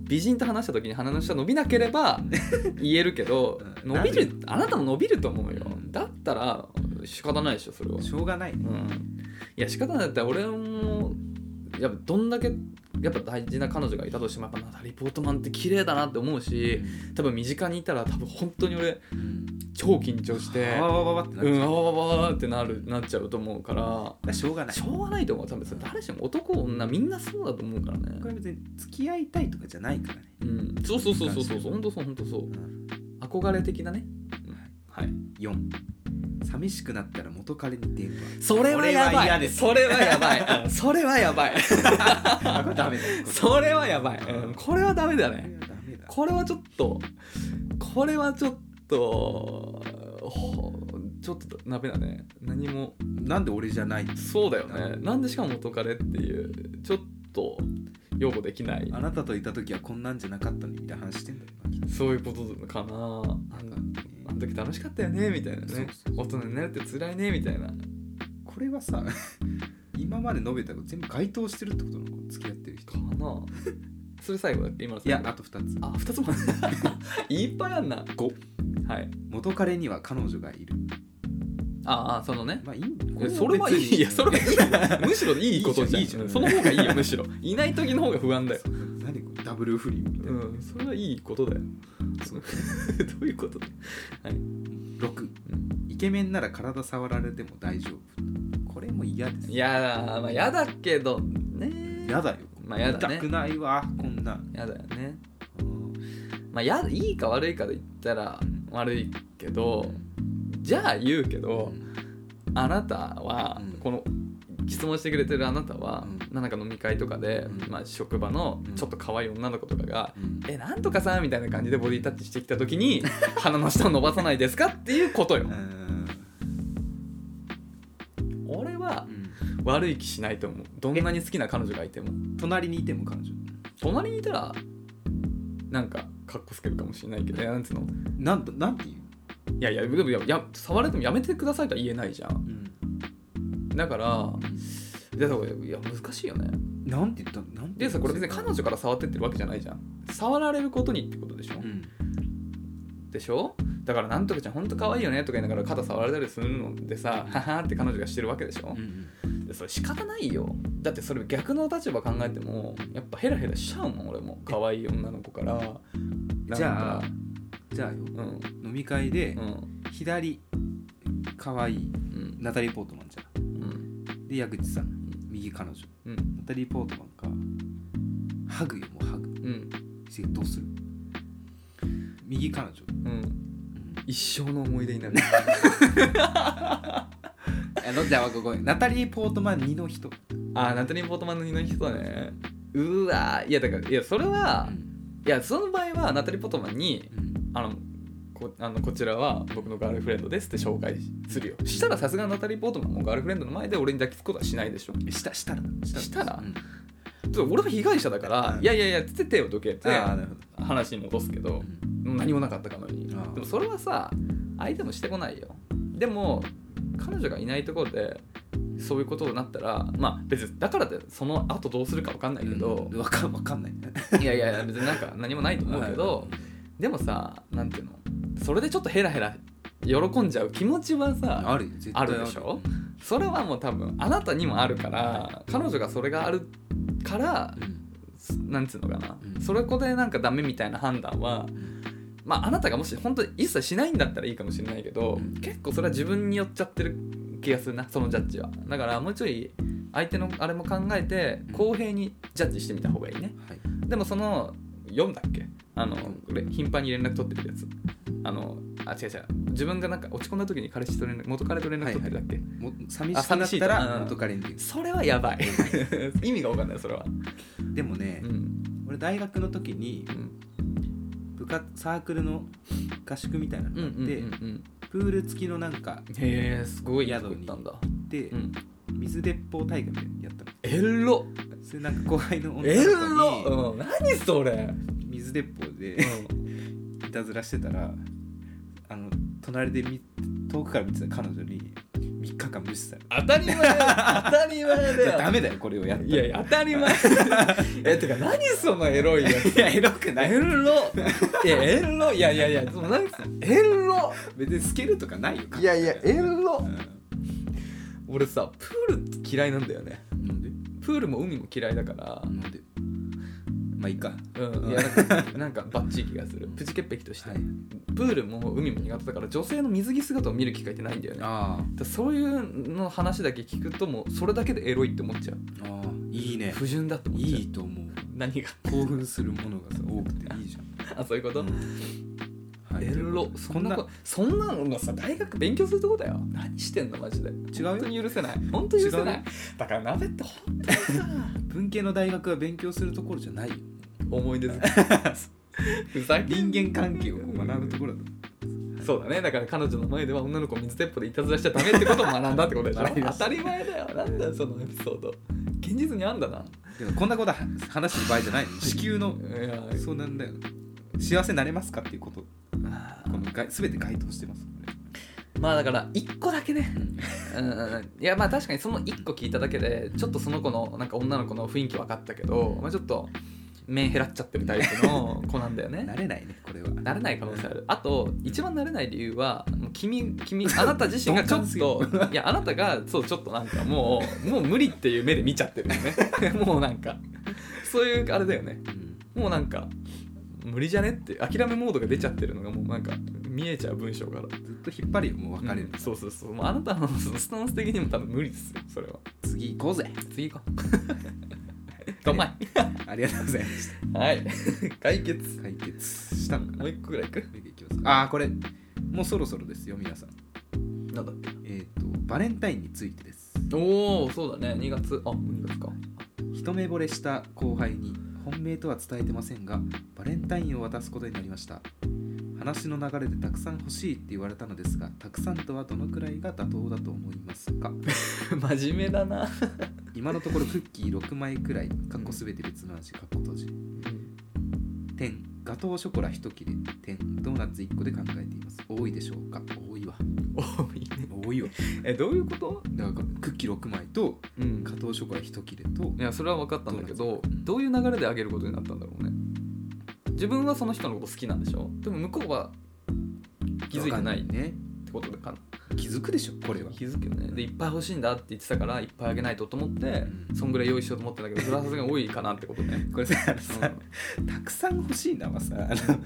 美人と話した時に鼻の下伸びなけれ ば言えるけどうん伸びるあなたも伸びると思うようんだったら仕方ないでしょそれはしょうがないうんいや仕方ないだったら俺もやっぱどんだけやっぱ大事な彼女がいたとしてもやっぱナタリー・ポートマンって綺麗だなって思うし多分身近にいたら多分本当に俺うん超緊張してわわわわってうなっちんゃあうわわわわってなるなっちゃうと思うからだからしょうがないしょうがないと思う多分それ誰しも男女みんなそうだと思うからねこれ別に付き合いたいとかじゃないからねうんそうそうそうそうそうそう本当そう本当そう憧れ的なねはい4寂しくなったら元彼に電 話それはやばいこれは嫌ですそれはやば いうんそれはやばいあこれダメだそれはやばい、うんこれはダメだこれねはダメだこれはちょっとこれはちょっとほちょっとダメだね何もなんで俺じゃないそうだよねなんでしかも元彼っていうちょっと擁護できないあなたといた時はこんなんじゃなかったのにみたいな話してんだよ今きっとそういうことかなあなんのかねあの時楽しかったよねみたいなそうねそうそう大人になるって辛いねみたいなこれはさ 今まで述べたこと全部該当してるってことなのこう付き合ってる人か なそれ最後だっけ今のい最や後あと2つあ二2つも いっぱいあんな5はい元彼には彼女がいるああそのねまあいいいやそれはいいいやそ れはいいよむしろいいことじゃんいいじゃんいいじゃそんの方がいいよむしろいない時の方が不安だよ何これダブル不倫みたいな、うんそれはいいことだよどう いうことだ6イケメンなら体触られても大丈夫これも嫌ですいやーまあやだけどね嫌だよまあやだね見たくないわこんな、やだよねうんまあやいいか悪いかで言ったら悪いけどじゃあ言うけど、あなたは、うんこの質問してくれてるあなたは、うなんか飲み会とかで、うんまあ、職場のうんちょっと可愛い女の子とかが「うんえなんとかさ」みたいな感じでボディタッチしてきた時に鼻の下を伸ばさないですかっていうことようん俺はう悪い気しないと思うどんなに好きな彼女がいてもん隣にいても彼女隣にいたらなんかかっこつけるかもしれないけどいやなんつうのなんとなんて言う、いやいやいやいやいや触れてもやめてくださいとは言えないじゃんだからいやだからいや難しいよねなんて言ったのなんてで言ったさのこれ別に彼女から触ってってるわけじゃないじゃん触られることにってことでしょ、うんでしょだからなんとかちゃんほんと可愛いよねとか言いながら肩触られたりするのでさうんははって彼女がしてるわけでしょう、んでそれ仕方ないよだってそれ逆の立場考えてもやっぱヘラヘラしちゃうもん俺も可愛い女の子からなんかじゃあじゃあようん飲み会でうん左可愛いうんナタリー・ポートマンじゃうんんで矢口さん右彼女うんナタリー・ポートマンかハグよもうハグうんせどうする右彼女、うん一生の思い出になるあのじゃあごめんナタリー・ポートマン2の人、あーナタリー・ポートマンの二の人だねうわーいやだからいやそれは、いやその場合はナタリー・ポートマンにあのこあのこちらは僕のガールフレンドですって紹介するよしたらさすがナタリー・ポートマンもガールフレンドの前で俺に抱きつくことはしないでしょしたしたらしたらうんそう俺は被害者だから、うんいやいやいやっつって手をどけてああなるほど、話に戻すけど何もなかったかのようにでああもそれはさ相手もしてこないよでも彼女がいないところでそういうことになったらまあ別にだからってその後どうするか分かんないけどう、んわかわかんないいやいやいや別になんか何もないと思うけど、でもさなんていうのそれでちょっとヘラヘラ喜んじゃう気持ちはうんさ あるよ絶対あるでしょそれはもう多分あなたにもあるから彼女がそれがあるからうんすなんつうのかな、うんそれこでなんかダメみたいな判断は、まあ、あなたがもし本当に一切しないんだったらいいかもしれないけど、うん結構それは自分に寄っちゃってる気がするなそのジャッジはだからもうちょい相手のあれも考えてうん公平にジャッジしてみた方がいいねはいでもその4だっけあのれ頻繁に連絡取ってるやつあのあ違う違う自分がなんか落ち込んだ時に彼氏と連絡元彼と連絡取ってるだっけ、も寂しくなったあ寂しいとらうん元彼に言うそれはやばい 意味が分かんないそれはでもね、ん俺大学の時にうん部活サークルの合宿みたいなのうんがあっうんうんて、うんプール付きのなんかへえすごい宿とにこ行ったんだ、で、うん、水鉄砲大会みたいなのやったのエロそれなんか後輩の女エの子にロ、うん、何それ、水鉄砲でいたずらしてたらあの隣でみ遠くから見てた彼女に3日間無視され当たり前だよ当たり前ただ いよやダメだよこれをやったらいやいや当たり 前えてか何そのエロいやついやエロくないエロいやエロいやいやいやでもなんかエロ別に透けるとかないよいやいやエロうん俺さプール嫌いなんだよねなんでプールも海も嫌いだからなんでまあいいかうんいやなんかなんかバッチリ気がするプチ潔癖として、はいプールも海も苦手だから女性の水着姿を見る機会ってないんだよねだかああらそういうの話だけ聞くともうそれだけでエロいって思っちゃうああいいね不純だって思っちゃういいと思う何が 興奮するものがさ多くていいじゃんあそういうこと、はエロいということでそこんんななこそんなのがさ大学勉強するとこだよ何してんのマジでうよ本当に許せない本当に許せない、違うよだから鍋って本当に文系の大学は勉強するところじゃないよ思い出 づふざけん人間関係を学ぶところだとそうだねだから彼女の前では女の子を水鉄砲でいたずらしちゃダメってことを学んだってことでし ょ学びま当したたり前だよなんだよそのエピソード現実にあんだなでもこんなことは話してる場合じゃない地球のいやそうなんだよ幸せになれますかっていうことあこのが全て該当してますこれーまあだから一個だけねうんいやまあ確かにその一個聞いただけでちょっとその子のなんか女の子の雰囲気分かったけど、まあ、ちょっと面減らっちゃってるタイプ の子なんだよね慣れないねこれはなれない可能性あるあと一番なれない理由はもう君君あなた自身がちょっ鈍といやあなたがそうちょっとなんかもうもう無理っていう目で見ちゃってるよね もうなんかそういうあれだよねうんもうなんか無理じゃねって諦めモードが出ちゃってるのがもうなんか見えちゃう文章からずっと引っ張りよもう別れるうんそうそうそうもうあなたのそのスタンス的にも多分無理ですよそれは次行こうぜ次行こ うどんまいありがとうございまし はい 解決た解決したのかなもう一個ぐらいいくいきますああこれもうそろそろですよ皆さんなんだっけえっ、とバレンタインについてですおおそうだね2月あ2月か一目惚れした後輩に本命とは伝えてませんがバレンタインを渡すことになりました話の流れでたくさん欲しいって言われたのですがたくさんとはどのくらいが妥当だと思いますか 真面目だな、今のところクッキー6枚くらいかっこすべて別の味かっこ閉じ点ガトーショコラ1切れ点ドーナツ1個で考えています多いでしょうか多いわ多いね多いわえどういうこと、だからクッキー6枚とうんガトーショコラ1切れといやそれは分かったんだけどどうなんですかどういう流れであげることになったんだろうね自分はその人のこと好きなんでしょでも向こうは気づいてないっねてことかな気づくでしょこれは気づくよねでいっぱい欲しいんだって言ってたからいっぱいあげないとと思ってうんそんぐらい用意しようと思ってたけどそれはさすがに多いかなってことねこれさあのうんさたくさん欲しいなはさあの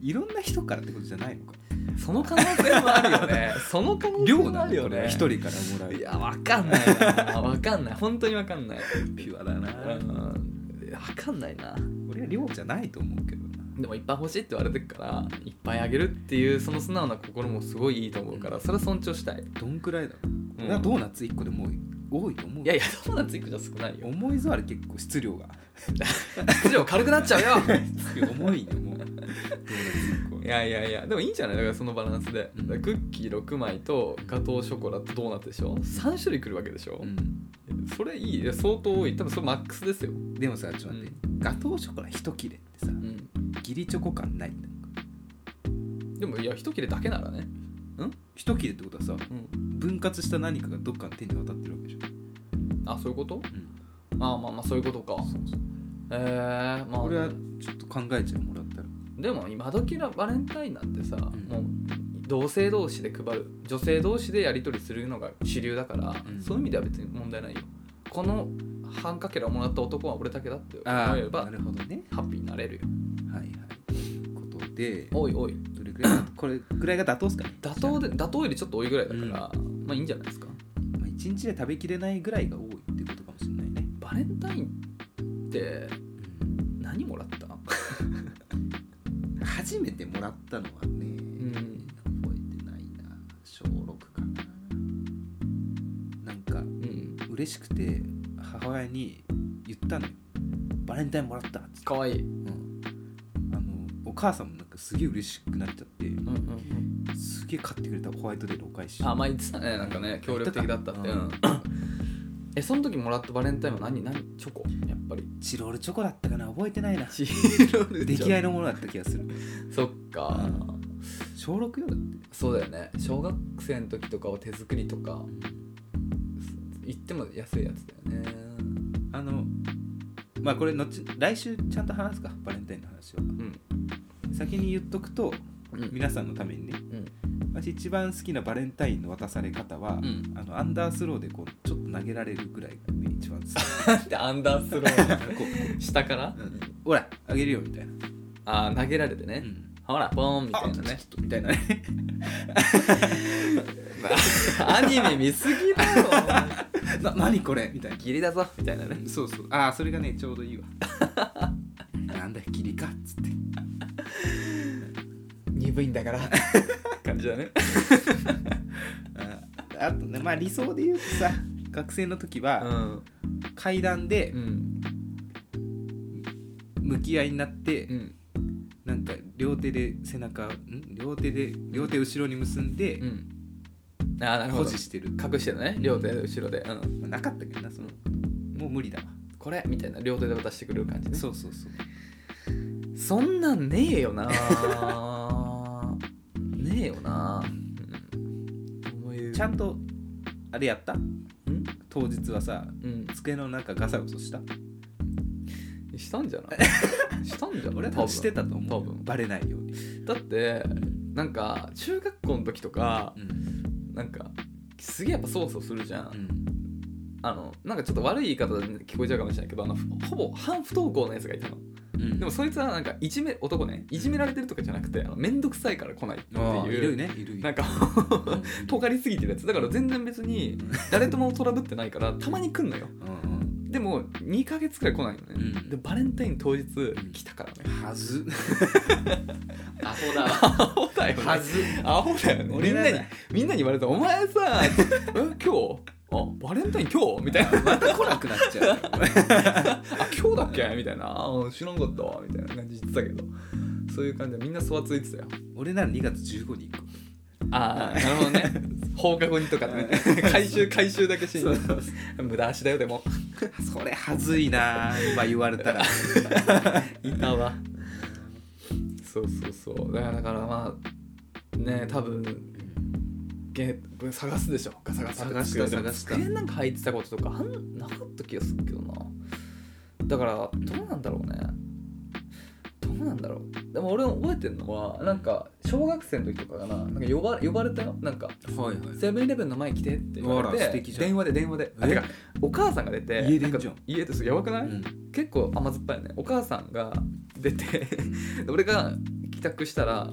いろんな人からってことじゃないのかその可能性もあるよね その可能性量もなあのるよよねね一人からもらういや分かんない な分かんない本当に分かんないピュアだなうん分かんないな俺は量じゃないと思うけどなでもいっぱい欲しいって言われてるからいっぱいあげるっていうその素直な心もすごいいいと思うからそれは尊重したい、どんくらいだろう、うんなドーナツ1個でもう多いと思ういやいやドーナツ1個じゃ少ないよ思いざわり結構質量が以上軽くなっちゃう よ重いねもうドーナツ1個いやいやいやでもいいんじゃないだからそのバランスで、うんだからクッキー6枚とガトーショコラとドーナツでしょ3種類くるわけでしょう、んそれいいいや相当多い多分それマックスですよ、でもさちょっと待って、ガトーショコラ1切れってさうん、ギリチョコ感ないんだでもいや1切れだけならね、 1切れってことはさうん、分割した何かがどっかの手に渡ってるわけでしょ、あそういうことうん、ああまあまあそういうことかそうそうえー、まあこれはちょっと考えちゃうもらったらでも今時のバレンタインなんてさ、んもう同性同士で配る女性同士でやり取りするのが主流だから、うんそういう意味では別に問題ないよこの半かけらもらった男は俺だけだって思えばなるほどねハッピーになれるよはいはいということでおいおいどれくらいこれぐらいが妥当ですかね妥当で妥当よりちょっと多いぐらいだから、まあいいんじゃないですかまあ、1日で食べきれないぐらいが多いってことかもしれないね、バレンタインってうん何もらった初めてもらったのはね、うん嬉しくて母親に言ったのよバレンタインもらったっつって、かわいい、ううん、あのお母さんもなんかすげえ嬉しくなっちゃってんうんうん、すげえ買ってくれたホワイトデーのお返しあ前言ってたねなんかね協力的だったって、うんうんえその時もらったバレンタインは何何チョコやっぱりチロルチョコだったかな覚えてないなチロル出来合いののものだった気がするそっか、小6よだってそうだよね小学生の時とかは手作りとか行っても安いやつだよねあのまあこれ後来週ちゃんと話すかバレンタインの話はうん先に言っとくとうん皆さんのためにねうん私一番好きなバレンタインの渡され方は、んあのアンダースローでこうちょっと投げられるぐらいが、ね、一番好きなんてアンダースローこう下から、うんほらあげるよみたいな、あー投げられてね、ほらポーンみみたたいいななねねみたいなね アニメ見すぎだろお前な何これみたい なギリだぞみたいなねそうそうああそれがねちょうどいいわなんだよギリかっつって鈍いんだから 感じだねああとねまあ理想で言うとさ学生の時うはん階段でうん向き合いになって、うんなんか両手で背中ん両手で両手後ろに結んでうんあーなるほ保ど持してる、隠してるね両手後ろで、うん、まあなかったけどなそのもう無理だわこれみたいな両手で渡してくれる感じねそうそうそうそんなんねえよな ねえよな、うん、うちゃんとあれやったうん、当日はさうん、机の中ガサゴソしたしたんじゃない したんじゃない俺は多分してたと思多う分バレないように、だってなんか中学校の時とかうんなんかすげえやっぱそわそわするじゃん、あのなんかちょっと悪い言い方で聞こえちゃうかもしれないけどあのほぼ半不登校のやつがいたのうん、でもっそいつはなんかいじめ男ねいじめられてるとかじゃなくてあのめんどくさいから来ないってていういいうるねいるいなんるか 尖りすぎてるやつだから全然別に誰ともトラブってないからたまに来んのようんでも2ヶ月くらい来ないのね、うんでバレンタイン当日ん来たからね、はずアホだわアホだよねはずアホだよねみんなにみんなに言われたお前 さえ今日あバレンタイン今日みたいなまた来なくなっちゃうあ今日だっけみたいなあー知らんかったわみたいな感じ言ってたけどそういう感じでみんなそわついてたよ俺なら2月15に行くああなるほど ね放課後にとかね回収回収だけしに無駄足だよでもそれはずいな今言われたらいたわそうそうそうだからだからまあね多分ゲ探すでしょガサガサって探した机でも探した机なんか入ってたこととかあんなかった気がするけどなだからどうなんだろうねどうなんだろうでも俺覚えてるのはなんか小学生の時とかかななんか呼ば呼ばれたよなんかはいセブンイレブンの前来てって言われあら素て敵じゃん電話で電話であえてかお母さんが出て家出んじゃんなか家ですやばくない、結構甘酸っぱいよねお母さんが出てで俺が帰宅したら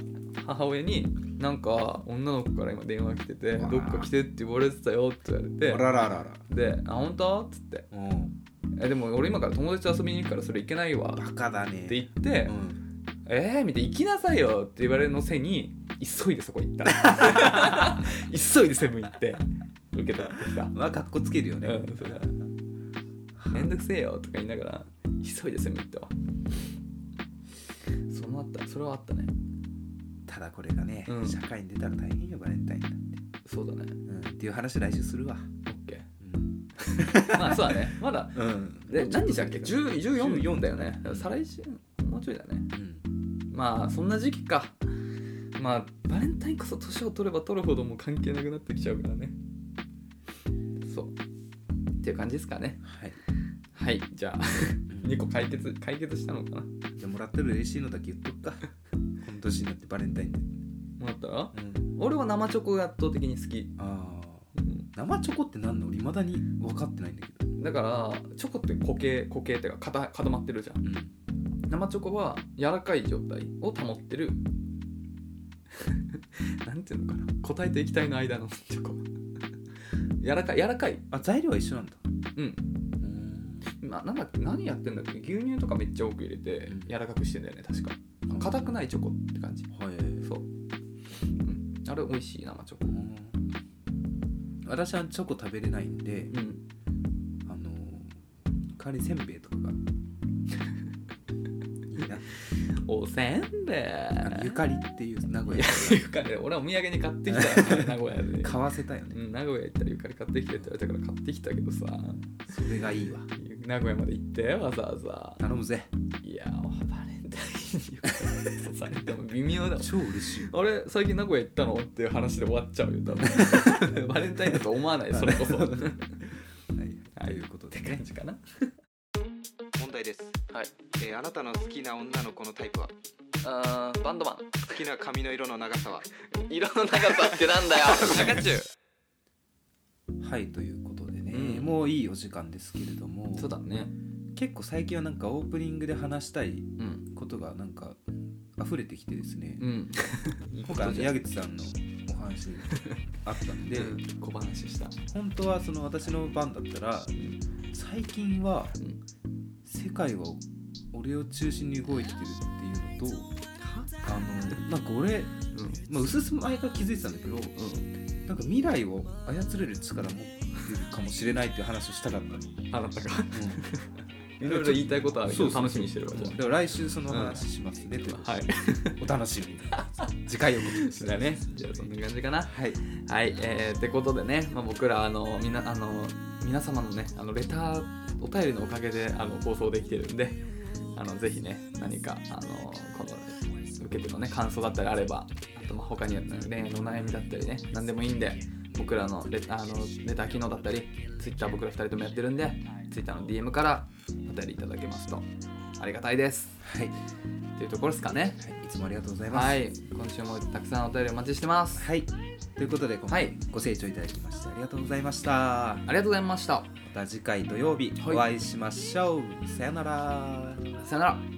母親に「なんか女の子から今電話来ててうわーどっか来てって言われてたよ」って言わあれららららて「であ本当?」っつってうん「えでも俺今から友達と遊びに行くからそれ行けないわ」バカだって言ねってうん「えー?」みたいな「行きなさいよ」って言われるのせに急いでそこ行った 急いでセブン行って受け取ってきた。まあかっこつけるよね うんそうだめんどくせえよとか言いながら急いで攻めたわそのあったそれはあったねただこれがねうん社会に出たら大変よバレンタインだってそうだねうんっていう話来週するわオッケーまあそうだねま だうんで何日だっけ10 14 14だよね再来週もうちょいだねうんまあそんな時期かまあバレンタインこそ年を取れば取るほどもう関係なくなってきちゃうからねそうっていう感じですかねはいはいじゃあ2 個解決解決したのかなもじゃあもらってる嬉しいのだけ言っと くか今年になってバレンタインでらったらうん俺は生チョコが圧倒的に好き、ああ生チョコって何の俺未だに分かってないんだけどだからチョコって固形固形っていうか固固まってるじゃんうん生チョコは柔らかい状態を保ってる なんていうのかな固体と液体の間の チョコ柔らかい柔らかいあ材料は一緒なんだうんうんまなんだっけ何やってんだっけ牛乳とかめっちゃ多く入れてうん柔らかくしてんだよね確か硬くないチョコって感じはいそう、うん、あれ美味しい生チョコ私はチョコ食べれないんでうん代わりせんべいとかがいいなおせんべいあの ゆかりっていう名古いや屋ゆかり俺お土産に買ってきたよ、ね、名古屋で 買わせたようねん名古屋行ったらゆかり買ってきてって言われたから買ってきたけどさそれがいいわ名古屋まで行ってわざわざ頼むぜいやーバレンタインにゆかり刺されても微妙だもん超嬉 しいあれ最近名古屋行ったのっていう話で終わっちゃうよ多分 バレンタインだと思わないそれこそはいっはい、ということでてね感じかな問題です、はいえーあなたの好きな女の子のタイプはあーバンドマン好きな髪の色の長さは色の長さってなんだよ中中はいということでね、うんもういいお時間ですけれどもそうだね結構最近はなんかオープニングで話したいうんことがなんか溢れてきてですね、うん今回あの矢口さんのお話あったんで、で小話した本当はその私の番だったら最近はうん世界は俺を中心に動いてるっていうのとあのなんか俺、まあ、うすうす前から気づいてたんだけど、なんか未来を操れる力持ってるかもしれないっていう話をしたかったの、あなたがいろいろ言いたいことはそうそう楽しみにしてるわじゃだから来週その話しますね、ということあはいでお楽しみに次回をお待ちしてだねじゃあそんな感じかなはいはい、えー、ってことでね、まあ、僕らあのみなあの皆様のねあのレターお便りのおかげであの放送できてるんであのぜひね何かあのこの受けてのね感想だったりあればあとまあ他に恋愛のお悩みだったりね何でもいいんで僕らのレあのレター機能だったりツイッター僕ら2人ともやってるんでツイッターの DM からお便りいただけますとありがたいですはい、はっていうところですかねい、いつもありがとうございます、はい今週もたくさんお便りお待ちしてますはい、ということで今は回いご清聴いただきましてありがとうございましたありがとうございましたまた次回土曜日はいお会いしましょう、さよならさよなら